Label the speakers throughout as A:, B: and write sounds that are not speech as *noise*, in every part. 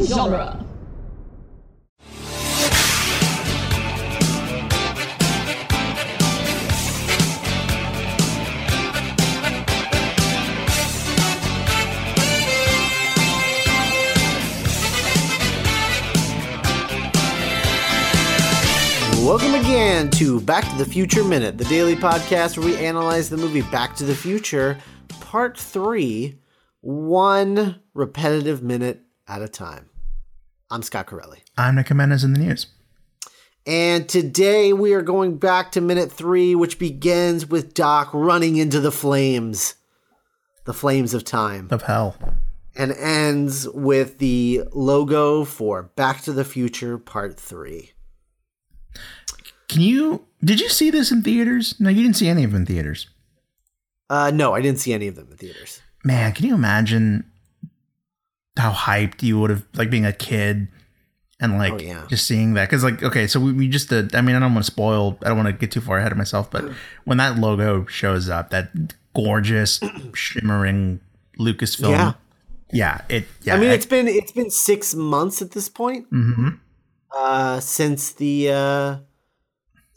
A: genre.
B: Welcome again to Back to the Future Minute, the daily podcast where we analyze the movie Back to the Future, Part 3, one repetitive minute at a time. I'm Scott Corelli.
C: I'm Nick Jimenez in the news.
B: And today we are going back to minute 3, which begins with Doc running into the flames, the flames of time,
C: Of hell.
B: and ends with the logo for Back to the Future Part 3.
C: Can you? Did you see this in theaters? No, you didn't see any of them in theaters.
B: Uh, no, I didn't see any of them in theaters.
C: Man, can you imagine how hyped you would have like being a kid and like
B: Oh, yeah.
C: just seeing that? Because like, okay, so we, we just did. I mean, I don't want to spoil. I don't want to get too far ahead of
B: *clears throat*
C: myself. But when that logo shows up, that
B: *clears throat*
C: gorgeous shimmering Lucasfilm.
B: Yeah.
C: Yeah, it. Yeah,
B: I mean,
C: I-
B: it's been it's been six months at this point
C: mhm.
B: uh, since the uh,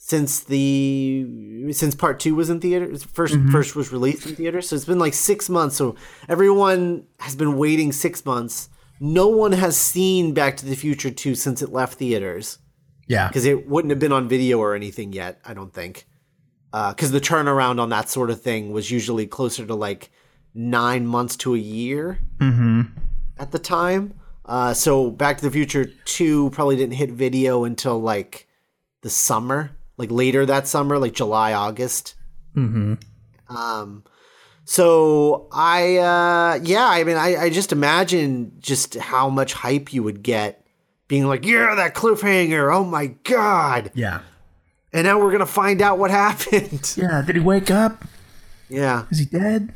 B: since the since part two was in theaters. 1st first was released in theaters, so it's been like six months. So everyone has been waiting six months. No one has seen Back to the Future two since it left theaters
C: yeah,
B: because it wouldn't have been on video or anything yet. I don't think because the turnaround on that sort of thing was usually closer to like nine months to a year at the time. Uh, so Back to the Future Two probably didn't hit video until like the summer, like later that summer, like July August. Mm-hmm. Um, so I uh, yeah, I mean, I, I just imagine just how much hype you would get being like, yeah, that cliffhanger, oh my god,
C: yeah,
B: and now we're gonna find out what *laughs* happened.
C: yeah. Did he wake up?
B: yeah.
C: Is he dead?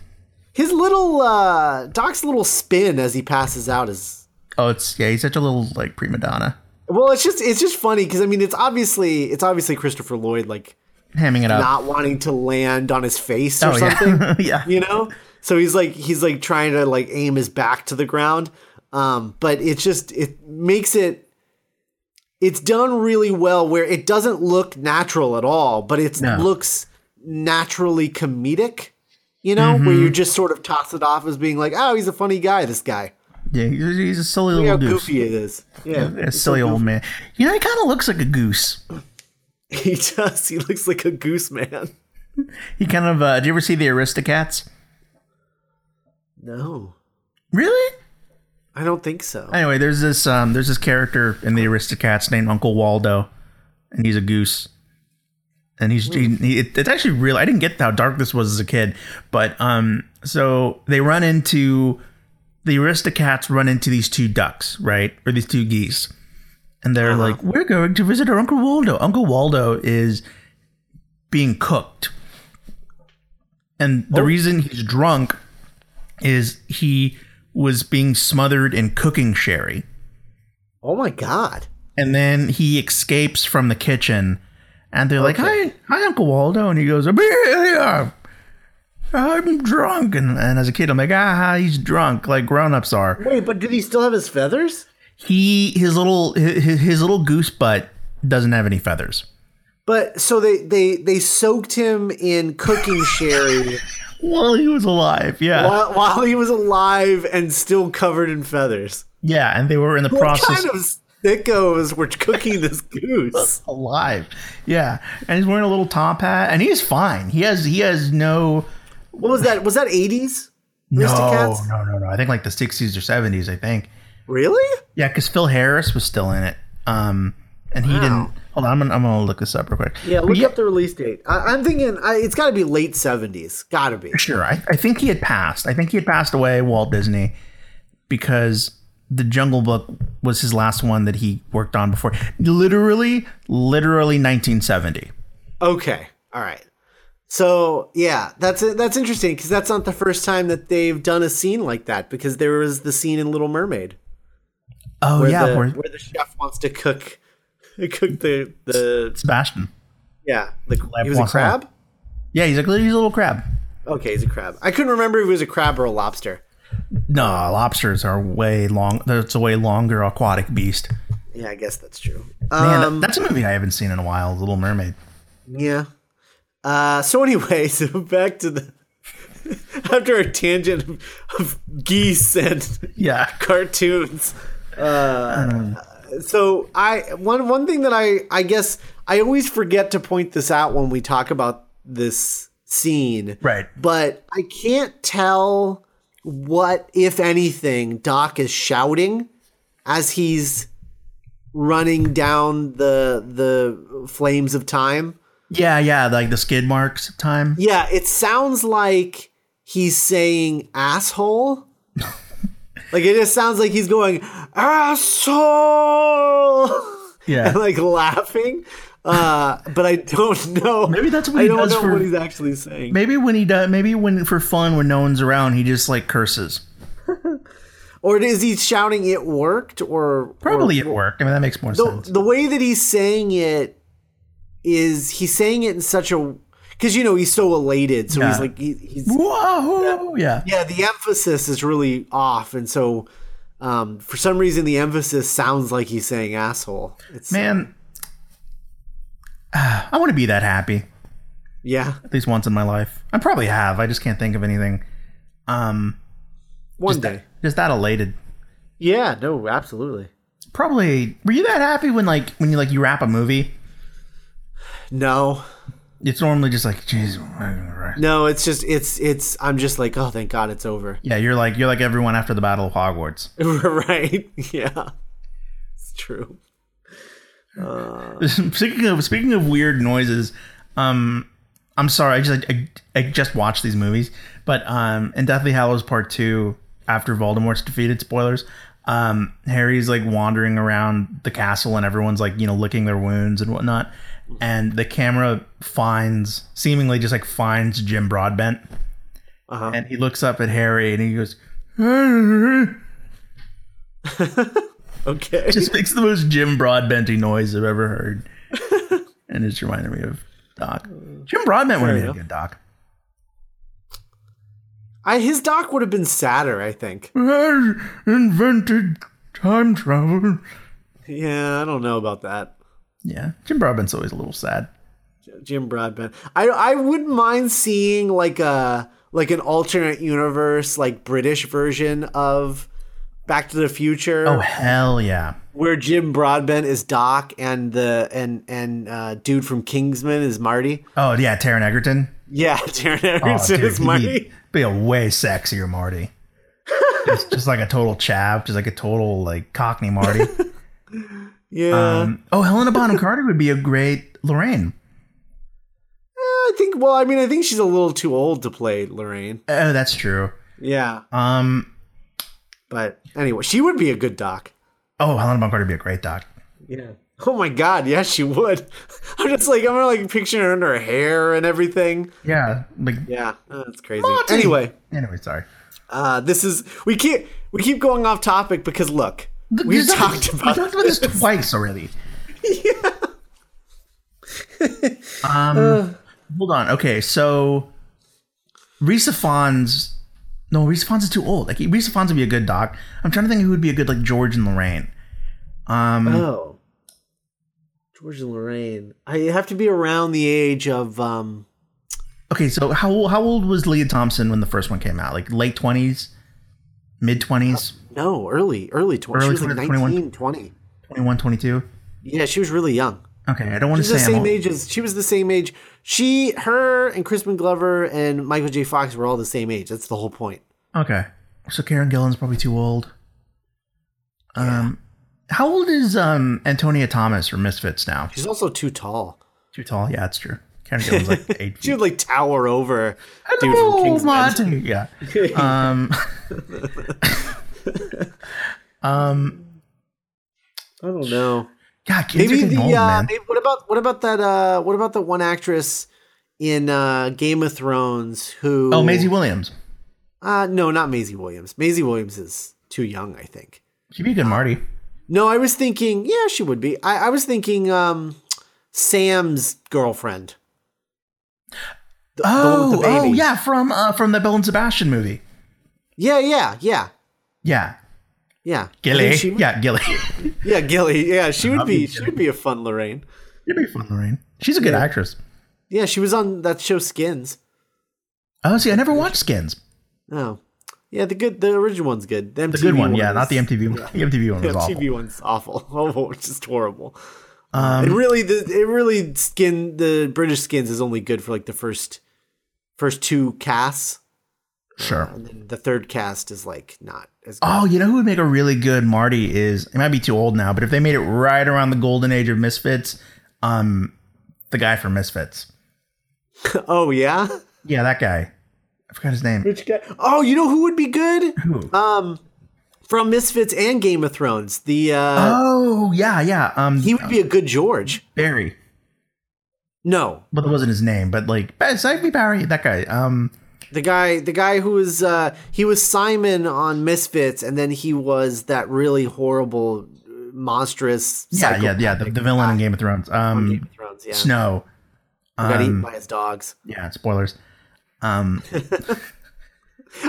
B: His little uh Doc's little spin as he passes out is
C: Oh, it's yeah. He's such a little like prima donna,
B: well, it's just it's just funny because I mean it's obviously it's obviously Christopher Lloyd like
C: hamming it up.
B: not wanting to land on his face or
C: Oh, yeah.
B: something,
C: *laughs* yeah.
B: you know. So he's like he's like trying to like aim his back to the ground, um, but it's just it makes it it's done really well where it doesn't look natural at all, but it
C: No.
B: looks naturally comedic, you know,
C: Mm-hmm.
B: where you just sort of toss it off as being like, oh, he's a funny guy, this guy.
C: Yeah, he's, he's a silly
B: Look how
C: little goose.
B: goofy it is. Yeah.
C: A silly old man. You know, he kind of looks like a goose.
B: *laughs* He does. He looks like a goose man.
C: He kind of. Uh, did you ever see the Aristocats?
B: No.
C: Really?
B: I don't think so.
C: Anyway, there's this um, there's this character in the Aristocats named Uncle Waldo, and he's a goose. And he's he, he, it- it's actually real. I didn't get how dark this was as a kid, but um, so they run into the Aristocats run into these two ducks, right, or these two geese, and they're like, "We're going to visit our Uncle Waldo." Uncle Waldo is being cooked, and the reason he's drunk is he was being smothered in cooking sherry.
B: Oh my god.
C: And then he escapes from the kitchen and they're like, Hi, hi, Uncle Waldo. And he goes, "Amelia, I'm drunk. And, and as a kid, I'm like, ah, he's drunk, like grown ups are.
B: Wait, but did he still have his feathers?
C: He, his little, his, his little goose butt doesn't have any feathers.
B: But so they they they soaked him in cooking *laughs* sherry
C: Well, he was alive. Yeah.
B: while, while he was alive and still covered in feathers.
C: Yeah. And they were in the
B: What
C: process.
B: kind of thickos were cooking this goose?
C: *laughs* alive. Yeah. And he's wearing a little top hat and he's fine. He has, he has no,
B: *laughs* What was that? Was that eighties?
C: No, no, no, no. I think like the 60s or 70s, I think.
B: Really?
C: Yeah, because Phil Harris was still in it. Um, and he didn't. Hold on, I'm gonna, I'm gonna look this up real quick.
B: Yeah,
C: But
B: look up the release date. I, I'm thinking I, it's got to be late seventies. Got to be.
C: Sure, I, I think he had passed. I think he had passed away, Walt Disney, because the Jungle Book was his last one that he worked on before. Literally, literally 1970.
B: Okay. All right. So yeah, that's that's interesting because that's not the first time that they've done a scene like that. Because there was the scene in Little Mermaid
C: Oh
B: where,
C: yeah,
B: the,
C: where,
B: where the chef wants to cook *laughs* cook the the
C: Sebastian.
B: yeah the he was a
C: Poisson.
B: crab.
C: Yeah, he's like he's a little crab.
B: Okay, he's a crab. I couldn't remember if he was a crab or a lobster.
C: No, lobsters are way long. That's a way longer aquatic beast.
B: Yeah, I guess that's true.
C: Man,
B: Um,
C: that's a movie I haven't seen in a while. Little Mermaid.
B: yeah. Uh, so anyway, *laughs* so back to the *laughs* after a tangent of, of geese and
C: Yeah. *laughs*
B: *laughs* cartoons. Uh, so I one one thing that I I guess I always forget to point this out when we talk about this scene.
C: Right.
B: But I can't tell what if anything Doc is shouting as he's running down the the flames of time.
C: Yeah, yeah, like the skid marks of time.
B: Yeah, it sounds like he's saying
C: *laughs*
B: asshole. like it just sounds like he's going *laughs* asshole.
C: Yeah.
B: and *laughs* like laughing. Uh, but I don't know.
C: Maybe that's what
B: I
C: he
B: don't
C: does
B: know
C: for-
B: what he's actually saying.
C: Maybe when he does, maybe when for fun, when no one's around, he just like curses.
B: Or is he shouting it worked or
C: Probably at work. I mean, that makes more
B: the,
C: sense.
B: the way that he's saying it is he's saying it in such a because you know he's so elated so
C: Yeah.
B: he's like he, he's
C: Whoa! Yeah.
B: yeah the emphasis is really off and so um, for some reason the emphasis sounds like he's saying asshole it's
C: man. *sighs* Ah, I want to be that happy
B: yeah
C: at least once in my life. I probably have. I just can't think of anything. Um,
B: one day
C: just that elated.
B: yeah no absolutely
C: Probably. Were you that happy when like when you like you wrap a movie?
B: no
C: It's normally just like, jeez.
B: no it's just it's it's i'm just like oh thank god it's over *laughs*
C: Yeah, you're like you're like everyone after the Battle of Hogwarts.
B: right yeah it's true
C: *laughs* speaking of speaking of weird noises, um, I'm sorry, I just I, I just watched these movies, but um, in Deathly Hallows Part Two, after Voldemort's defeated, spoilers, um, Harry's like wandering around the castle and everyone's like you know licking their wounds and whatnot, and the camera finds seemingly just like finds Jim Broadbent, and he looks up at Harry and he goes. *laughs*
B: okay
C: *laughs* just makes the most Jim Broadbenty noise I've ever heard. and it's reminded me of Doc. Jim Broadbent would have been a
B: enough.
C: good Doc.
B: I, his doc would have been sadder i think
C: I invented time travel.
B: Yeah, I don't know about that.
C: Yeah, Jim Broadbent's always a little sad.
B: Jim Broadbent. I I wouldn't mind seeing like a like an alternate universe, like British version of Back to the Future,
C: Oh hell yeah!
B: where Jim Broadbent is Doc and the and and uh, dude from Kingsman is Marty.
C: Oh yeah, Taron Egerton.
B: Yeah, *laughs* Taron
C: Oh,
B: Egerton
C: dude,
B: is Marty.
C: he'd Be a way sexier Marty. just, just like a total chav, just like a total like Cockney Marty.
B: Yeah,
C: Um, oh, Helena Bonham Carter would be a great Lorraine.
B: I think. Well, I mean, I think she's a little too old to play Lorraine.
C: Oh, that's true.
B: Yeah,
C: Um,
B: but anyway, she would be a good Doc.
C: oh, Helena Bonham Carter would be a great Doc.
B: Yeah. Oh my God! Yes, she would. *laughs* I'm just like I'm like picturing her in her hair and everything.
C: Yeah, like
B: Yeah, oh, that's crazy.
C: Monty!
B: Anyway,
C: Anyway, sorry.
B: uh, this is we keep we keep going off topic because look, we
C: We've
B: talked about
C: we talked about this
B: *laughs*
C: twice already. yeah. um,
B: Uh.
C: hold on. Okay, so Risa Fons. No, Risa Fons is too old. Like Risa Fons would be a good doc. I'm trying to think who would be a good like George and Lorraine. Um,
B: oh, George and Lorraine. I have to be around the age of um.
C: okay, so how old- how old was Leah Thompson when the first one came out? Like late twenties, mid twenties,
B: Uh, No, early, early twenty. She
C: Early
B: was like
C: 20, 21.
B: 19, 20.
C: 21, 22?
B: Yeah, she was really young.
C: Okay, I don't want to
B: She was
C: say
B: the
C: I'm
B: same
C: old.
B: age as she was. The same age. She, her, and Crispin Glover and Michael J. Fox were all the same age. That's the whole point.
C: Okay. So Karen Gillan's probably too old. Um how old is um Antonia Thomas from Misfits now?
B: She's also too tall.
C: Too tall? Yeah, that's true. Karen Gillan's
B: *laughs*
C: like eight
B: She
C: feet.
B: would like tower over dude
C: Hello,
B: from Kingsman. *laughs*
C: Marty. *laughs* Yeah. Um Um
B: I don't know.
C: God, kids
B: Maybe
C: are getting
B: the
C: old,
B: uh,
C: man.
B: maybe, what about what about that uh what about the one actress in uh Game of Thrones who
C: Oh, Maisie Williams.
B: Uh no, not Maisie Williams. Maisie Williams is too young, I think.
C: She'd be a good Marty.
B: No, I was thinking, yeah, she would be. I, I was thinking um Sam's girlfriend. The, the one
C: Oh,
B: with the
C: oh
B: baby.
C: yeah, from uh, from the Bill and Sebastian movie.
B: Yeah, yeah, yeah,
C: Yeah,
B: yeah. I
C: Gilly.
B: think she would- *laughs*
C: yeah, Gilly.
B: yeah, Gilly. Yeah, she would
C: That'd
B: be.
C: be
B: She would be a fun Lorraine.
C: You'd be fun, Lorraine. She's a good actress.
B: Yeah, she was on that show Skins.
C: Oh, see, I never watched Skins.
B: Oh, yeah, the good, the original one's good. The, MTV
C: The good one, yeah,
B: is-
C: not the MTV one. The MTV one
B: The
C: was awful.
B: MTV one's awful. *laughs* Oh, it's just horrible.
C: Um,
B: it really, the, it really skin the British Skins is only good for like the first, first two casts.
C: Sure.
B: The third cast is like not as good.
C: Oh, you know who would make a really good Marty is it might be too old now, but if they made it right around the golden age of Misfits, um, the guy from Misfits.
B: oh yeah,
C: Yeah, that guy. I forgot his name. Uh,
B: which guy? Oh, you know who would be good?
C: Who?
B: Um, from Misfits and Game of Thrones, the uh,
C: Oh, yeah, yeah. Um,
B: he would be a good George.
C: Barry,
B: No,
C: but that wasn't his name. But like, Ba- Save me, Barry. That guy. Um,
B: The guy, the guy who was uh, he was Simon on Misfits, and then he was that really horrible, monstrous.
C: yeah, yeah, yeah. The, the villain in Game of Thrones. Um,
B: Game of Thrones. Yeah,
C: Snow.
B: Who got eaten
C: Um,
B: by his dogs.
C: yeah, spoilers. Um,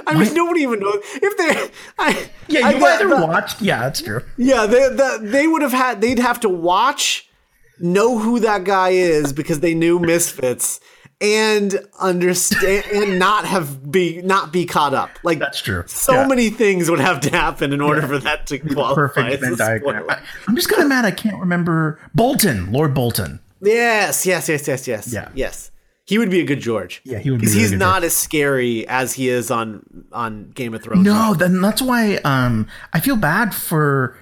B: I mean, nobody even knows if they. I,
C: yeah,
B: I
C: you
B: bet
C: either
B: the-
C: watched. Yeah, that's true.
B: Yeah, they, the, they would have had. They'd have to watch, know who that guy is because they knew Misfits, and understand, and not have be not be caught up. Like
C: That's true.
B: So
C: Yeah.
B: many things would have to happen in order for that to qualify.
C: Perfect
B: as a
C: Venn diagram.
B: spoiler.
C: I, I'm just kind of mad I can't remember Bolton, Lord Bolton.
B: Yes, yes, yes, yes, yes.
C: Yeah.
B: Yes. He would be a good George.
C: Yeah, he would be
B: Because
C: a really
B: he's
C: good
B: not as scary as he is on on Game of Thrones.
C: No, then that's why um, I feel bad for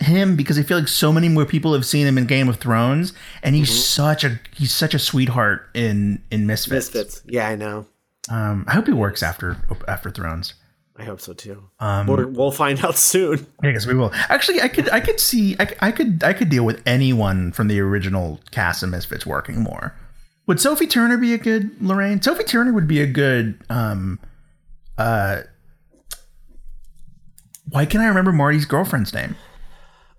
C: him because I feel like so many more people have seen him in Game of Thrones, and he's such a he's such a sweetheart in in Misfits.
B: Misfits. Yeah, I know.
C: Um, I hope he works after after Thrones.
B: I hope so too. We're, we'll find *laughs* out soon.
C: I guess we will. Actually, I could I could see I, c- I could I could deal with anyone from the original cast of Misfits working more. Would Sophie Turner be a good Lorraine? Sophie Turner would be a good. um uh Why can I remember Marty's girlfriend's name?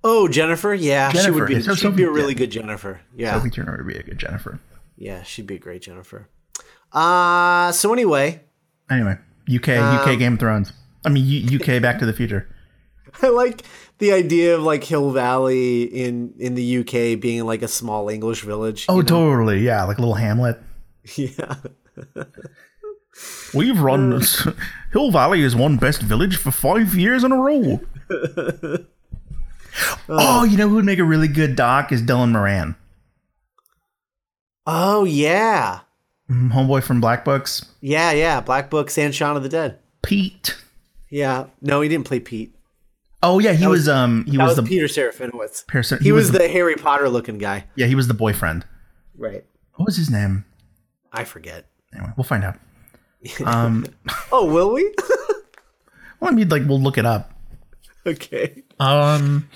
B: Oh, Jennifer. Yeah, she
C: Jennifer,
B: would be.
C: yeah, so-
B: she'd
C: so-
B: be a really
C: yeah.
B: good Jennifer. Yeah,
C: Sophie Turner would be a good Jennifer.
B: yeah, she'd be a great Jennifer. Uh so anyway, *laughs*
C: Anyway, UK UK Game of Thrones. I mean U- UK Back to the Future.
B: I like the idea of like Hill Valley in in the UK being like a small English village.
C: Oh, totally. Yeah, like little Hamlet.
B: *laughs* yeah.
C: We've run *laughs* Hill Valley is one best village for five years in a *laughs* row. oh, you know who would make a really good doc is Dylan Moran,
B: Oh yeah,
C: Mm, homeboy from Black Books.
B: yeah, yeah. Black Books and Shaun of the Dead.
C: Pete.
B: Yeah. No, he didn't play Pete.
C: Oh yeah, he was,
B: was-
C: um he
B: That
C: was,
B: was,
C: the
B: Peter Serafinowicz.
C: person.
B: He, was, the Harry Potter looking guy.
C: yeah he was the boyfriend.
B: Right.
C: What was his name?
B: I forget.
C: Anyway, we'll find *laughs* out. Um,
B: Oh, will we? *laughs*
C: well, I mean, like we'll look it up.
B: okay.
C: Um,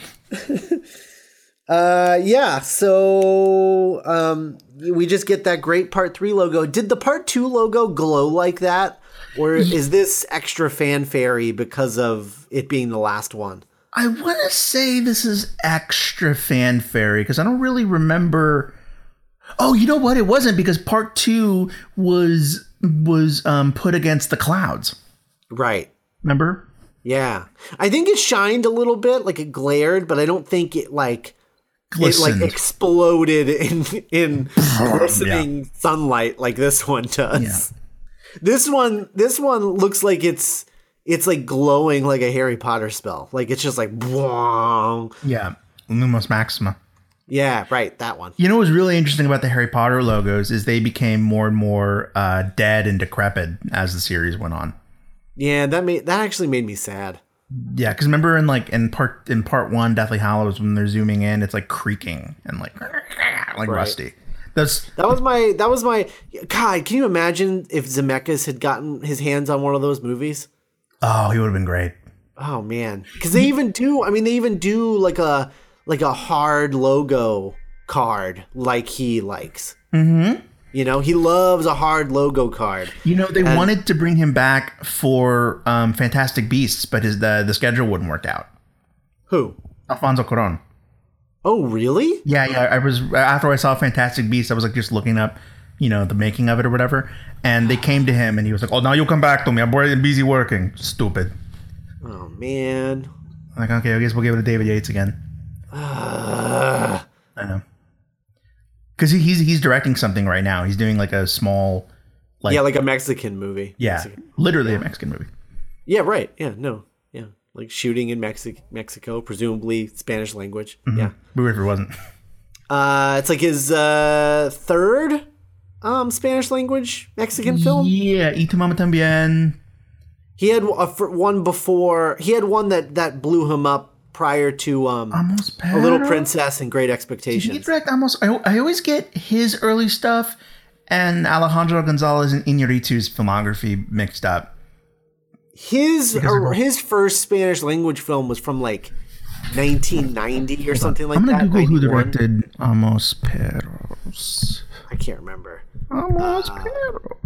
B: Uh, yeah. So, um, we just get that great part three logo. Did the part two logo glow like that, or is this extra fanfare because of it being the last one?
C: I want to say this is extra fanfare because I don't really remember. Oh, you know what? It wasn't because part two was was um, put against the clouds.
B: Right.
C: Remember?
B: Yeah. I think it shined a little bit, like it glared, but I don't think it like it
C: Glistened.
B: like exploded in in glistening sunlight like this one does. This one this one looks like it's it's like glowing like a Harry Potter spell. Like it's just like bwong.
C: yeah, Lumos Maxima.
B: Yeah, right, that one.
C: You know what's really interesting about the Harry Potter logos is they became more and more uh, dead and decrepit as the series went on.
B: Yeah, that made that actually made me sad.
C: Yeah, because remember in like in part in part one, Deathly Hollows, when they're zooming in, it's like creaking and like *laughs* like rusty. That's
B: That was my that was my God, can you imagine if Zemeckis had gotten his hands on one of those movies?
C: oh, he would have been great.
B: Oh man, because they even do. I mean, they even do like a like a hard logo card, like he likes. Mm-hmm. You know, he loves a hard logo card.
C: You know, they wanted to bring him back for um, Fantastic Beasts, but his the, the schedule wouldn't work out.
B: Who?
C: Alfonso Cuarón.
B: Oh, really?
C: Yeah, yeah. I was after I saw Fantastic Beasts, I was like just looking up you know the making of it or whatever. And they came to him, and he was like, "Oh, now you come back to me. I'm wor- busy working. Stupid."
B: Oh man.
C: I'm like, okay, I guess we'll give it to David Yates again.
B: Ugh.
C: I know. Because he, he's he's directing something right now. He's doing like a small, like
B: yeah,
C: yeah,
B: like a Mexican movie. Mexican.
C: literally a Mexican movie.
B: Yeah, right. Yeah, no. Yeah. Like shooting in Mexi- Mexico, presumably Spanish language. Yeah.
C: Be weird if it wasn't.
B: Uh, it's like his uh, third um, Spanish language Mexican film.
C: Yeah, y tu mama también.
B: He had a, fr- one before. He had one that that blew him up prior to um,
C: Almost
B: A Little
C: Pero.
B: Princess and Great
C: He
B: Expectations.
C: direct almost. I, I always get his early stuff and Alejandro Gonzalez and Inarritu's filmography mixed up.
B: His or his first Spanish language film was from like 1990 or something like
C: I'm gonna
B: that.
C: Google who
B: 91.
C: directed Amos Perros.
B: I can't remember.
C: Amos Perros.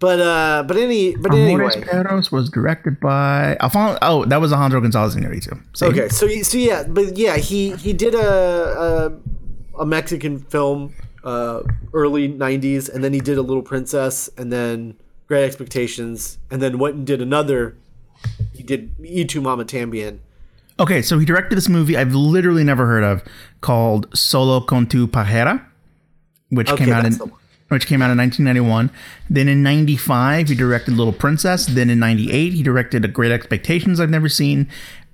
B: But uh, but any but
C: Amores
B: anyway.
C: Perros was directed by Alfonso. Oh, that was Alejandro Gonzalez Inarritu. See?
B: Okay, so you- so yeah, but yeah, he he did a a, a Mexican film uh, early '90s, and then he did a Little Princess, and then Great Expectations, and then went and did another. He did E Two Mama Tambien.
C: Okay, so he directed this movie I've literally never heard of called Solo con tu pajera, which
B: Okay,
C: came out in
B: that's the one.
C: which came out in 1991. Then in 95 he directed Little Princess, then in 98 he directed A Great Expectations I've never seen,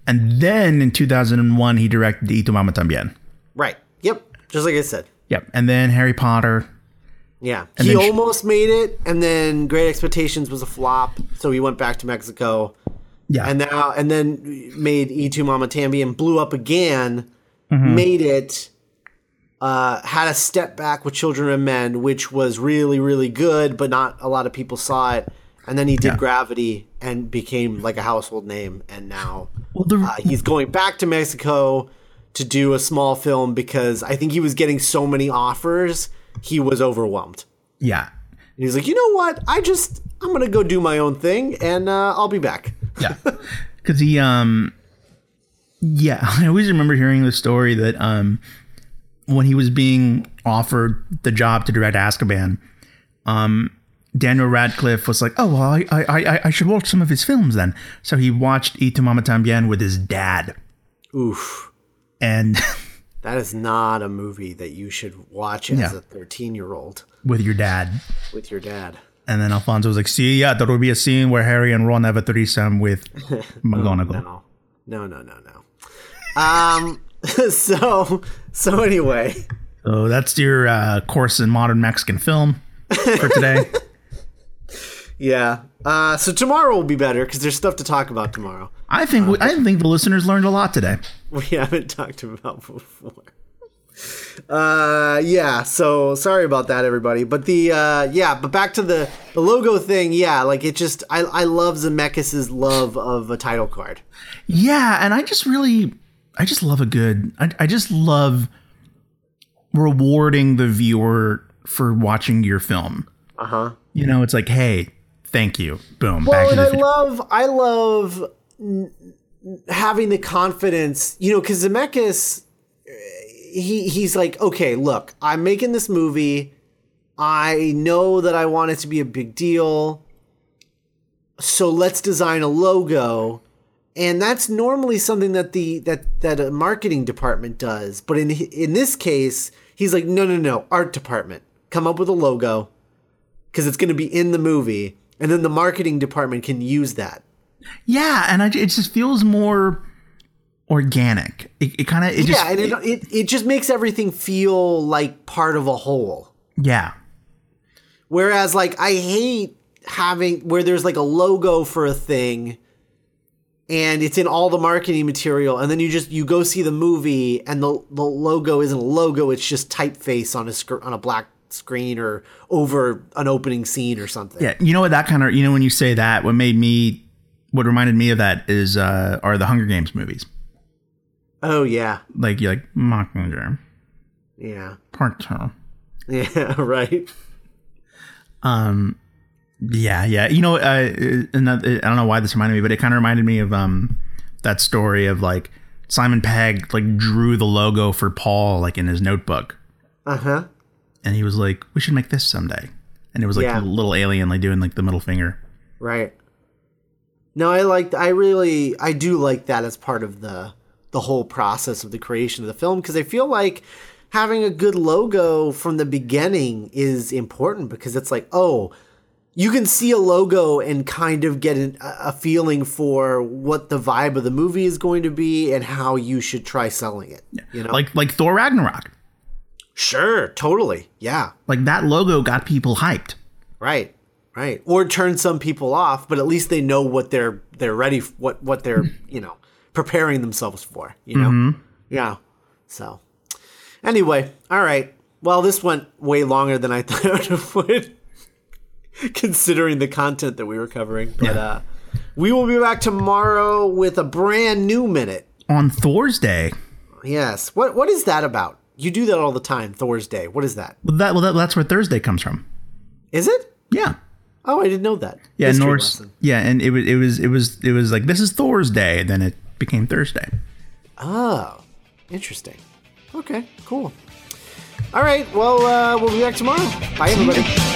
C: and then in 2001 he directed Y tu mama también.
B: Right. Yep. Just like I said.
C: Yep, and then Harry Potter.
B: Yeah. he
C: then sh-
B: almost made it, and then Great Expectations was a flop, so he went back to Mexico.
C: Yeah.
B: and now and then made E2 Mama Tambi and blew up again,
C: Mm-hmm.
B: made it, uh, had a step back with Children of Men, which was really really good, but not a lot of people saw it. And then he did
C: Yeah.
B: Gravity and became like a household name, and now
C: well, the,
B: uh, he's going back to Mexico to do a small film because I think he was getting so many offers, he was overwhelmed.
C: yeah.
B: And he's like, you know what? I just I'm gonna go do my own thing, and uh, I'll be back.
C: yeah *laughs* because he um yeah *laughs* i always remember hearing the story that um when he was being offered the job to direct Azkaban, um daniel radcliffe was like oh well i i i, I should watch some of his films then so he watched Itu mama tambien with his dad
B: Oof.
C: and *laughs*
B: That is not a movie that you should watch as
C: Yeah.
B: a 13 year old
C: with your dad
B: with your dad.
C: and then alfonso was like see yeah there will be a scene where harry and ron have a threesome with mcgonagall
B: No, no, no, no, no. Um, *laughs* so, so anyway,
C: so that's your uh, course in modern mexican film for today
B: yeah. Uh, so tomorrow will be better because there's stuff to talk about tomorrow. *laughs*
C: I think we, I think the listeners learned a lot today.
B: We haven't talked about before. Uh, yeah. So sorry about that, everybody. But the uh, yeah. But back to the the logo thing. Yeah, like it just I I love Zemeckis's love of a title card.
C: Yeah, and I just really, I just love a good. I, I just love rewarding the viewer for watching your film.
B: Uh huh.
C: You know, it's like, hey, thank you, boom, back
B: Well,
C: to
B: and
C: the
B: I
C: future.
B: love, I love n- n- having the confidence, you know, because Zemeckis, uh, he he's like, okay, look, I'm making this movie. I know that I want it to be a big deal, so let's design a logo, and that's normally something that the that that a marketing department does. But in in this case, he's like, no, no, no, art department, come up with a logo because it's going to be in the movie, and then the marketing department can use that.
C: yeah, and I, it just feels more organic. It, it kind of, it just,
B: yeah, and it, it it just makes everything feel like part of a whole.
C: yeah,
B: Whereas, like, I hate having where there's like a logo for a thing, and it's in all the marketing material, and then you just you go see the movie, and the the logo isn't a logo; it's just typeface on a scr- on a black screen or over an opening scene or something.
C: yeah. You know what? That kind of, you know, when you say that, what made me, what reminded me of that is, uh, are the Hunger Games movies.
B: Oh yeah,
C: Like you're like Mockingjay,
B: yeah, *laughs*
C: Part Two.
B: yeah. Right.
C: Um, yeah, yeah. You know, uh, another, I don't know why this reminded me, but it kind of reminded me of um that story of like Simon Pegg like drew the logo for Paul like in his notebook,
B: Uh huh.
C: and he was like, "We should make this someday." And it was like
B: Yeah.
C: a little alien, like doing like the middle finger.
B: Right. No, I liked. I really, I do like that as part of the the whole process of the creation of the film because I feel like having a good logo from the beginning is important because it's like, oh, you can see a logo and kind of get an, a a feeling for what the vibe of the movie is going to be and how you should try selling it. You know,
C: Like like Thor Ragnarok.
B: sure, totally, yeah,
C: Like that logo got people hyped.
B: Right. Right. Or turn some people off, but at least they know what they're they're ready f- what what
C: *clears throat*
B: they're, you know, preparing themselves for, you know.
C: Mm-hmm.
B: Yeah. So anyway, all right. Well, this went way longer than I *laughs* thought it would considering the content that we were covering, but
C: Yeah.
B: uh we will be back tomorrow with a brand new minute.
C: On Thor's Day,
B: Yes. What what is that about? You do that all the time, Thor's Day. What is that?
C: well, that well that, that's where Thursday comes from.
B: Is it?
C: Yeah.
B: Oh, I didn't know that.
C: Yeah,
B: History
C: Norse.
B: lesson.
C: Yeah, and it was it was it was it was like this is Thor's Day, then it became Thursday.
B: Oh, interesting. Okay, cool. All right, well, uh, we'll be back tomorrow. Bye, everybody.